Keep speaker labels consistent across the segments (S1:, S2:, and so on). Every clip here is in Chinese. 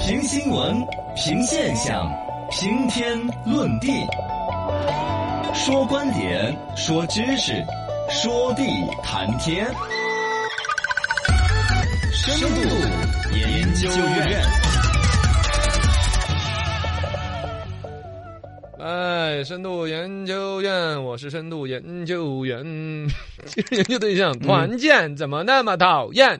S1: 评新闻，评现象，评天论地，说观点，说知识，说地谈天。深度研究院，
S2: 哎，深度研究院，我是深度研 究员。今日研究对象团建怎么那么讨厌？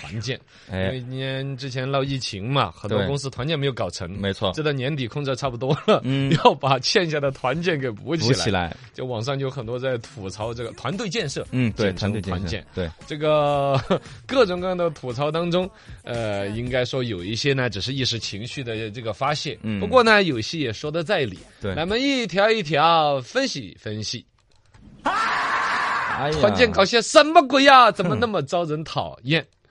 S2: 团建，因为
S1: 哎，
S2: 年之前闹疫情嘛，很多
S1: 对
S2: 公司团建没有搞成，
S1: 没错，
S2: 这到年底空着差不多了，
S1: 嗯
S2: 要把欠下的团建给补起
S1: 补
S2: 来。
S1: 起来，
S2: 就网上有很多在吐槽这个团队建设，
S1: 嗯，对，
S2: 简称
S1: 团队
S2: 团
S1: 建设
S2: 建，
S1: 对，
S2: 这个 各种各样的吐槽当中，呃，应该说有一些呢只是一时情绪的这个发泄，
S1: 嗯
S2: 不过呢有些也说的在理，
S1: 对
S2: 咱们一条一条分析分析，
S1: 哎呀
S2: 团建搞些什么鬼呀、怎么那么招人讨厌？啊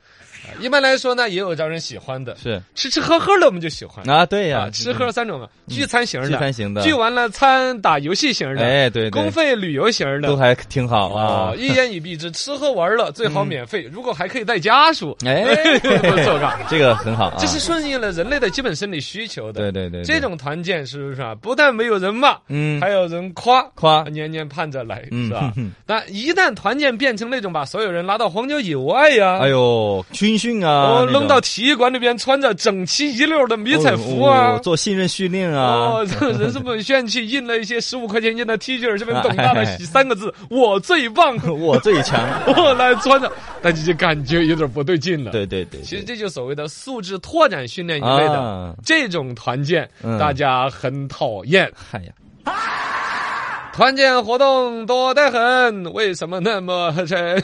S2: 一般来说呢，也有招人喜欢的，
S1: 是
S2: 吃吃喝喝的我们就喜欢
S1: 啊，对呀，
S2: 吃喝三种嘛，啊聚餐型的，
S1: 嗯聚餐型的
S2: 聚完了餐打游戏型的，
S1: 哎，对
S2: 公
S1: 对，
S2: 费旅游型的
S1: 都。还挺好啊嗯
S2: 哦，，一言以蔽之，吃喝玩乐最好免费，如果还可以带家属，
S1: 哎
S2: 不错吧？
S1: 这个很好啊，
S2: 这是顺应了人类的基本生理需求的。
S1: 对对对，对
S2: 这种团建是不是啊？不但没有人骂，
S1: 嗯
S2: 还有人夸，
S1: 夸
S2: 年年盼着来，
S1: 嗯
S2: 是吧
S1: 哼哼？
S2: 但一旦团建变成那种把所有人拉到荒郊野外呀、
S1: 哎呦，军训啊，
S2: 啊哦，
S1: 那种
S2: 弄到体育馆里边，穿着整齐一溜的迷彩服
S1: 哦
S2: 啊
S1: 哦。做信任训练啊
S2: 哦，， 这人是不是很炫气？印了一些十五块钱一件的 T 恤，上面
S1: 哎
S2: 董大了三个字“我最棒”，
S1: 我最强，
S2: 我来穿着，但是就感觉有点不对劲了。，
S1: 对对对，
S2: 其实
S1: 对
S2: 这就是所谓的素质拓展训练一类的。
S1: 啊
S2: 这种团建，
S1: 嗯
S2: 大家很讨厌。
S1: 嗨哎呀，
S2: 团建活动多得很，为什么那么沉？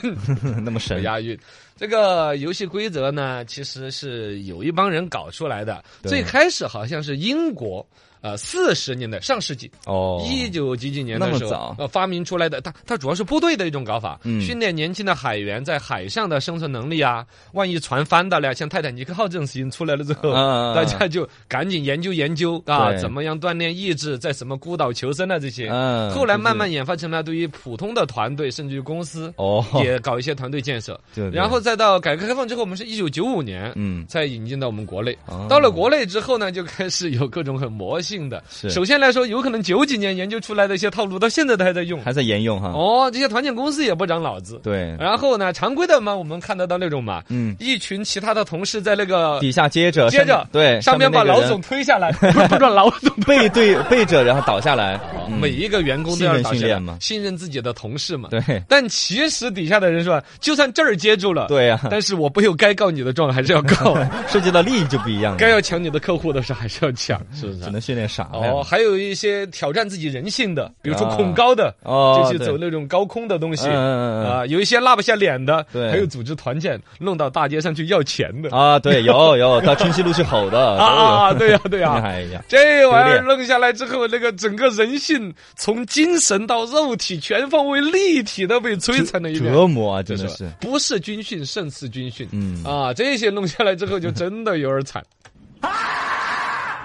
S1: 那么神，
S2: 押韵。这个游戏规则呢，其实是有一帮人搞出来的。
S1: 对
S2: 最开始好像是英国，呃，四十年代上世纪
S1: 哦，
S2: 一九几几年的
S1: 那么
S2: 时候
S1: 早，
S2: 呃，发明出来的，它它主要是部队的一种搞法，
S1: 嗯
S2: 训练年轻的海员在海上的生存能力啊。万一船翻到了，像泰坦尼克号这种事情出来了之后，
S1: 啊
S2: 大家就赶紧研究研究啊，
S1: 对
S2: 怎么样锻炼意志，在什么孤岛求生啊这些。
S1: 嗯
S2: 后来慢慢演化成了对于普通的团队，甚至于公司。
S1: 哦，
S2: 也搞一些团队建设，
S1: 对对
S2: 然后再到改革开放之后，我们是一九九五年，
S1: 嗯
S2: 才引进到我们国内。
S1: 哦
S2: 到了国内之后呢，就开始有各种很魔性的。
S1: 是
S2: 首先来说，有可能九几年研究出来的一些套路，到现在都还在用。
S1: 还在沿用哈，
S2: 哦，这哎些团建公司也不长脑子。
S1: 嗯对，
S2: 然后呢，常规的嘛，我们看得到那种嘛，
S1: 嗯，
S2: 一群其他的同事在那个
S1: 底下接着
S2: 接着
S1: 哎上对
S2: 上面把
S1: 那个
S2: 老
S1: 人
S2: 总推下来，不是让老总
S1: 背对背着，然后倒下来，嗯
S2: 每一个员工都要
S1: 信任
S2: 搞
S1: 训
S2: 起来
S1: 练嘛
S2: 信任自己的同事嘛。
S1: 对
S2: 但其实底下的人说，就算这儿接住了，
S1: 对呀，
S2: 但是我不有该告你的状还是要 告，
S1: 涉及到利益就不一样了，
S2: 该要抢你的客户的时候还是要 抢，是不是
S1: 只？能训练傻了呀
S2: 哦，还有一些挑战自己人性的，比如说
S1: 啊
S2: 恐高的，
S1: 哦
S2: 就去
S1: 对
S2: 走那种高空的东西。
S1: 嗯嗯嗯嗯
S2: 啊，有一些拉不下脸的，
S1: 对
S2: 还有组织团建弄到大街上去要钱的
S1: 啊，对，有有到春熙路去吼的
S2: 啊啊，啊对呀、对
S1: 都有，
S2: 呀、
S1: 哎呀，
S2: 这玩意儿
S1: 丢
S2: 弄下来之后，那个整个人性从精神到肉体全方位立体的被摧残了一遍，
S1: 折磨啊，真
S2: 就
S1: 的
S2: 是
S1: 是
S2: 吧，不是军训胜似军训，
S1: 嗯
S2: 啊，这些弄下来之后就真的有点惨。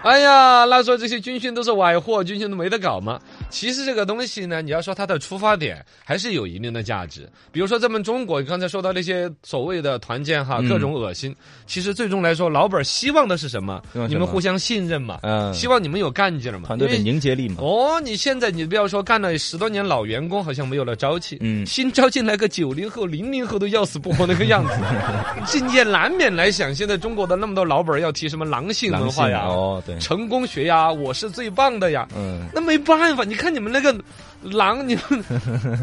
S2: 哎呀，那说这些军训都是崴货，军训都没得搞吗？其实这个东西呢，你要说它的出发点还是有一定的价值。比如说咱们中国，你刚才说到那些所谓的团建
S1: 嗯
S2: 哈，各种恶心，其实最终来说，老板希望的是什么
S1: 希望？什么
S2: 你们互相信任嘛，
S1: 嗯
S2: 希望你们有干劲儿嘛，
S1: 团队的
S2: 因为
S1: 凝结力嘛，
S2: 哦，你现在你不要说干了十多年老员工，好像没有了朝气。
S1: 嗯
S2: 新招进来个九零后、零零后都要死不活那个样子， 这也难免来想，现在中国的那么多老板儿要提什么狼性文
S1: 狼
S2: 化
S1: 性
S2: 呀、
S1: 哦，对，
S2: 成功学呀、我是最棒的呀。
S1: 嗯，
S2: 那没办法，你看你们那个狼，你们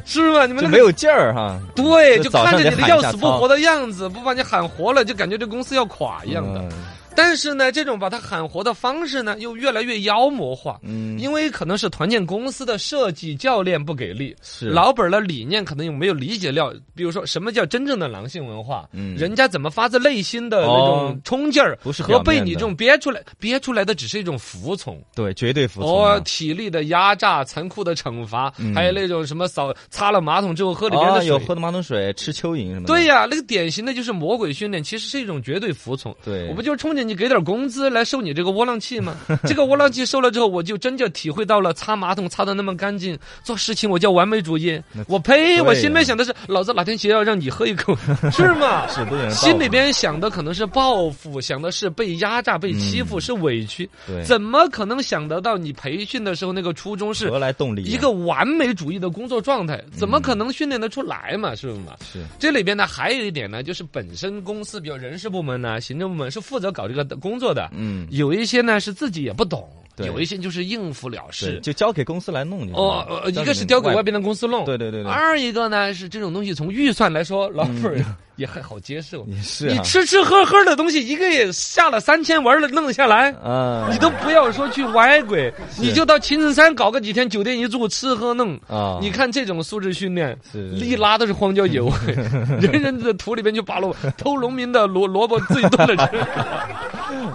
S2: 是吧？你们
S1: 就
S2: 那
S1: 没
S2: 个。
S1: 有劲儿哈，
S2: 对，
S1: 就
S2: 就
S1: 早
S2: 看
S1: 上
S2: 着
S1: 得
S2: 你的
S1: 喊一
S2: 要
S1: 下
S2: 死不
S1: 操
S2: 活的样子，不把你喊活了，就感觉这公司要垮一样
S1: 嗯
S2: 的。但是呢，这种把它喊活的方式呢，又越来越妖魔化。
S1: 嗯，嗯，
S2: 因为可能是团建公司的设计教练不给力，
S1: 是
S2: 老板儿的理念可能有没有理解了，比如说什么叫真正的狼性文化，
S1: 嗯
S2: 人家怎么发自内心的那
S1: 哦
S2: 种冲劲儿，
S1: 不是
S2: 和
S1: 表面
S2: 被
S1: 的
S2: 你这种憋出来憋出来的只是一种服从。
S1: 对，绝对服从
S2: 哦
S1: 啊，，
S2: 体力的压榨、残酷的惩罚，
S1: 嗯
S2: 还有那种什么扫擦了马桶之后喝里面
S1: 啊，
S2: 的水，
S1: 有喝的马桶水，吃蚯蚓什么的，
S2: 对呀、那个典型的就是魔鬼训练，其实是一种绝对服从。
S1: 对
S2: 我不就是冲着着你给点工资来收你这个窝囊 气吗？这个窝囊气收了之后，我就真正体会到了擦马桶擦的那么干净，做事情我叫完美主义
S3: 那。
S2: 我呸！
S3: 对
S2: 我心里面
S3: 呀
S2: 想的是，老子哪天谁要让你喝一 口，是吗？
S3: 是都有人报
S2: 心里
S3: 复
S2: 边想的可能是报复，想的是被压榨、被欺负，是委屈。
S3: 嗯对
S2: 怎么可能想得到你培训的时候那个初衷是
S3: 何来动力啊？
S2: 一个完美主义的工作状
S3: 嗯
S2: 态？怎么可能训练得出来嘛？是不是嘛？
S3: 是
S2: 这里边呢，还有一点呢，就是本身公司，比如人事部门呢、行政部门是负责搞这个工作的，
S3: 嗯，
S2: 有一些呢是自己也不懂，
S3: 对
S2: 有一些就是应付了
S3: 对，
S2: 事。
S3: 就交给公司来弄就行
S2: 哦
S3: 了。，
S2: 呃
S3: 交
S2: 一
S3: 给
S2: 个是交给
S3: 外
S2: 外边的啊公司弄，
S3: 对对对对
S2: 二一个呢是这种东西从预算来说，老板儿 也还好接受。
S3: 也嗯是
S2: 你
S3: 啊
S2: 吃吃喝喝的东西，一个也下了三千，玩了弄得下来，
S3: 啊，
S2: 你都不要说去外国，你就到青城山搞个几天，酒店一住，吃喝弄。
S3: 啊，
S2: 你看这种素质训练，
S3: 是
S2: 一拉都是荒郊野外， 人人的土里边去拔萝卜，偷农民的萝萝卜自己炖着吃。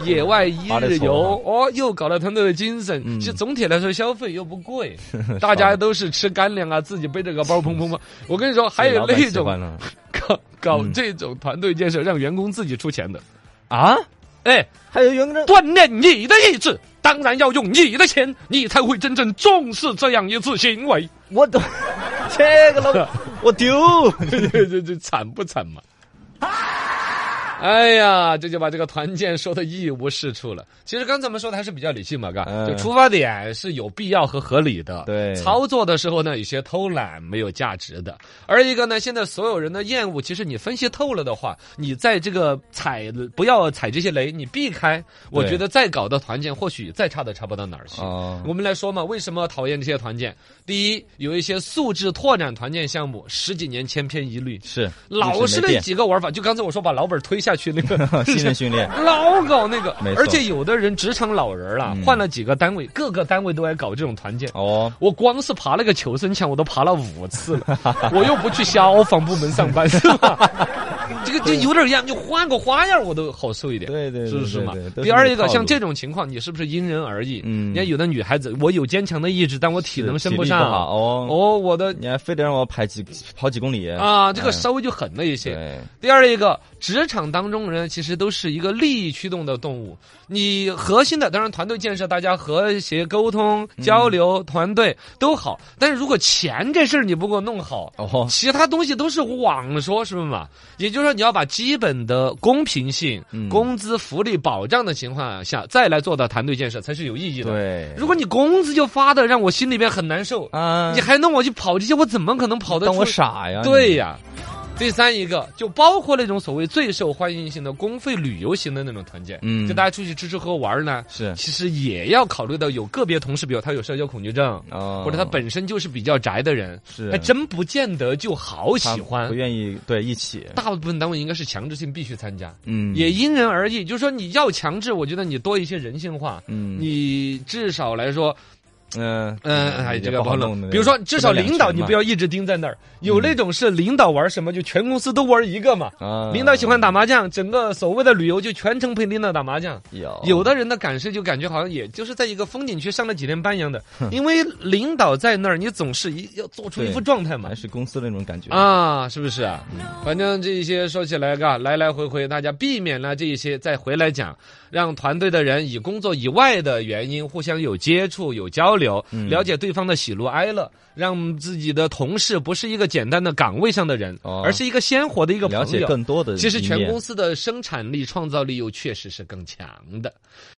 S2: 野外一
S3: 拔得
S2: 日
S3: 错
S2: 游，哦，又搞了团队的精神。
S3: 嗯
S2: 其实总体来说，消费又不 贵，大家都是吃干粮啊，自己背着个包砰砰砰。我跟你说，还有
S3: 老板
S2: 那
S3: 喜欢
S2: 种
S3: 了嗯
S2: 搞搞这种团队建设，让员工自己出钱的，
S3: 啊，
S2: 哎，
S3: 还有员 工
S2: 锻炼你的意志，当然要用你的钱，你才会真正重视这样一次行为。
S3: 我都 这个老板 我丢，
S2: 这这这惨不惨嘛？哎呀，这就把这个团建说的一无是处了。其实刚才我们说的还是比较理性嘛，嘎、
S3: 嗯
S2: 就出发点是有必要和合理的。
S3: 对
S2: 操作的时候呢，有些偷懒没有价值的。而一个呢，现在所有人的厌恶，其实你分析透了的话，你在这个踩不要踩这些雷，你避开，我
S3: 对
S2: 觉得再搞的团建，或许再差都差不到哪儿去。
S3: 哦
S2: 我们来说嘛，为什么讨厌这些团建？第一，有一些素质拓展团建项目，十几年千篇一律，
S3: 是
S2: 老是
S3: 没
S2: 那
S3: 变，
S2: 几个玩法。就刚才我说把老本推下去那个
S3: 新人训练
S2: 老搞那个
S3: 没，错嗯
S2: 而且有的人职场老人儿了，换了几个单位，各个单位都爱搞这种团建。
S3: 哦，
S2: 我光是爬那个求生墙，我都爬了五次 了，我又不去消防部门上班，是吧？这个就有点一样，你换个花样，我都好受一点。
S3: 对对对
S2: 是不是嘛
S3: 对对？都是
S2: 第二一
S3: 这个
S2: 个，
S3: 套
S2: 像
S3: 路
S2: 这种情况，你是不是因人而异？
S3: 嗯
S2: 你看有的女孩子，我有坚强的意志，但我体能
S3: 是
S2: 升
S3: 体力
S2: 上。
S3: 不好哦，
S2: 哦，我的
S3: 你还非得让我跑几跑几公里
S2: 啊，这个
S3: 哎
S2: 稍微就狠了一些。
S3: 对，
S2: 第二一个，职场当中人其实都是一个利益驱动的动物。你核心的当然团队建设，大家和谐沟通、交流、
S3: 嗯
S2: 团队都好。但是如果钱这事儿你不给我弄好，
S3: 哦，
S2: 其他东西都是网说，是不是嘛？也就是说，你要把基本的公平性、
S3: 嗯
S2: 工资福利保障的情况下，再来做到团队建设才是有意义的。
S3: 对，
S2: 如果你工资就发的让我心里边很难受，
S3: 啊，
S2: 你还弄我去跑这些，我怎么可能跑得
S3: 当
S2: 出
S3: 我傻呀？
S2: 对
S3: 呀，
S2: 呀。第三一个就包括那种所谓最受欢迎型的公费旅游型的那种团建，
S3: 嗯
S2: 就大家出去吃吃喝玩儿呢，
S3: 是
S2: 其实也要考虑到有个别同事，比如他有社交恐惧症，
S3: 哦，
S2: 或者他本身就是比较宅的人，
S3: 是
S2: 还真不见得就好
S3: 他
S2: 喜欢
S3: 不。愿意对一起，
S2: 大部分单位应该是强制性必须参加，
S3: 嗯，
S2: 也因人而异。就是说你要强制，我觉得你多一些人性化，
S3: 嗯
S2: 你至少来说，
S3: 嗯
S2: 嗯，哎，
S3: 也
S2: 这个
S3: 不
S2: 不好
S3: 好
S2: 弄。
S3: 弄。
S2: 比如说，至少领导你不
S3: 要
S2: 要一直盯在那儿。
S3: 嗯
S2: 有那种是领导玩什么，就全公司都玩一个嘛。
S3: 啊，
S2: 领导喜欢打麻将，整个所谓的旅游就全程陪领导打麻将。
S3: 有
S2: 有的人的感受就感觉好像也就是在一个风景区上了几天班一样的，因为领导在那儿，你总是一要做出一副
S3: 对
S2: 状态嘛
S3: 还。是公司那种感觉，
S2: 啊，是不是啊？
S3: 嗯
S2: 反正这一些说起来，嘎，来来回回，大家避免了这一些，再回来讲，让团队的人以工作以外的原因互相有接触、有交流，
S3: 嗯
S2: 了解对方的喜怒哀乐，让自己的同事不是一个简单的岗位上的人，
S3: 哦
S2: 而是一个鲜活的一个朋
S3: 了解
S2: 友。
S3: 更多的一面。
S2: 其实全公司的生产力、创造力又确实是更强的。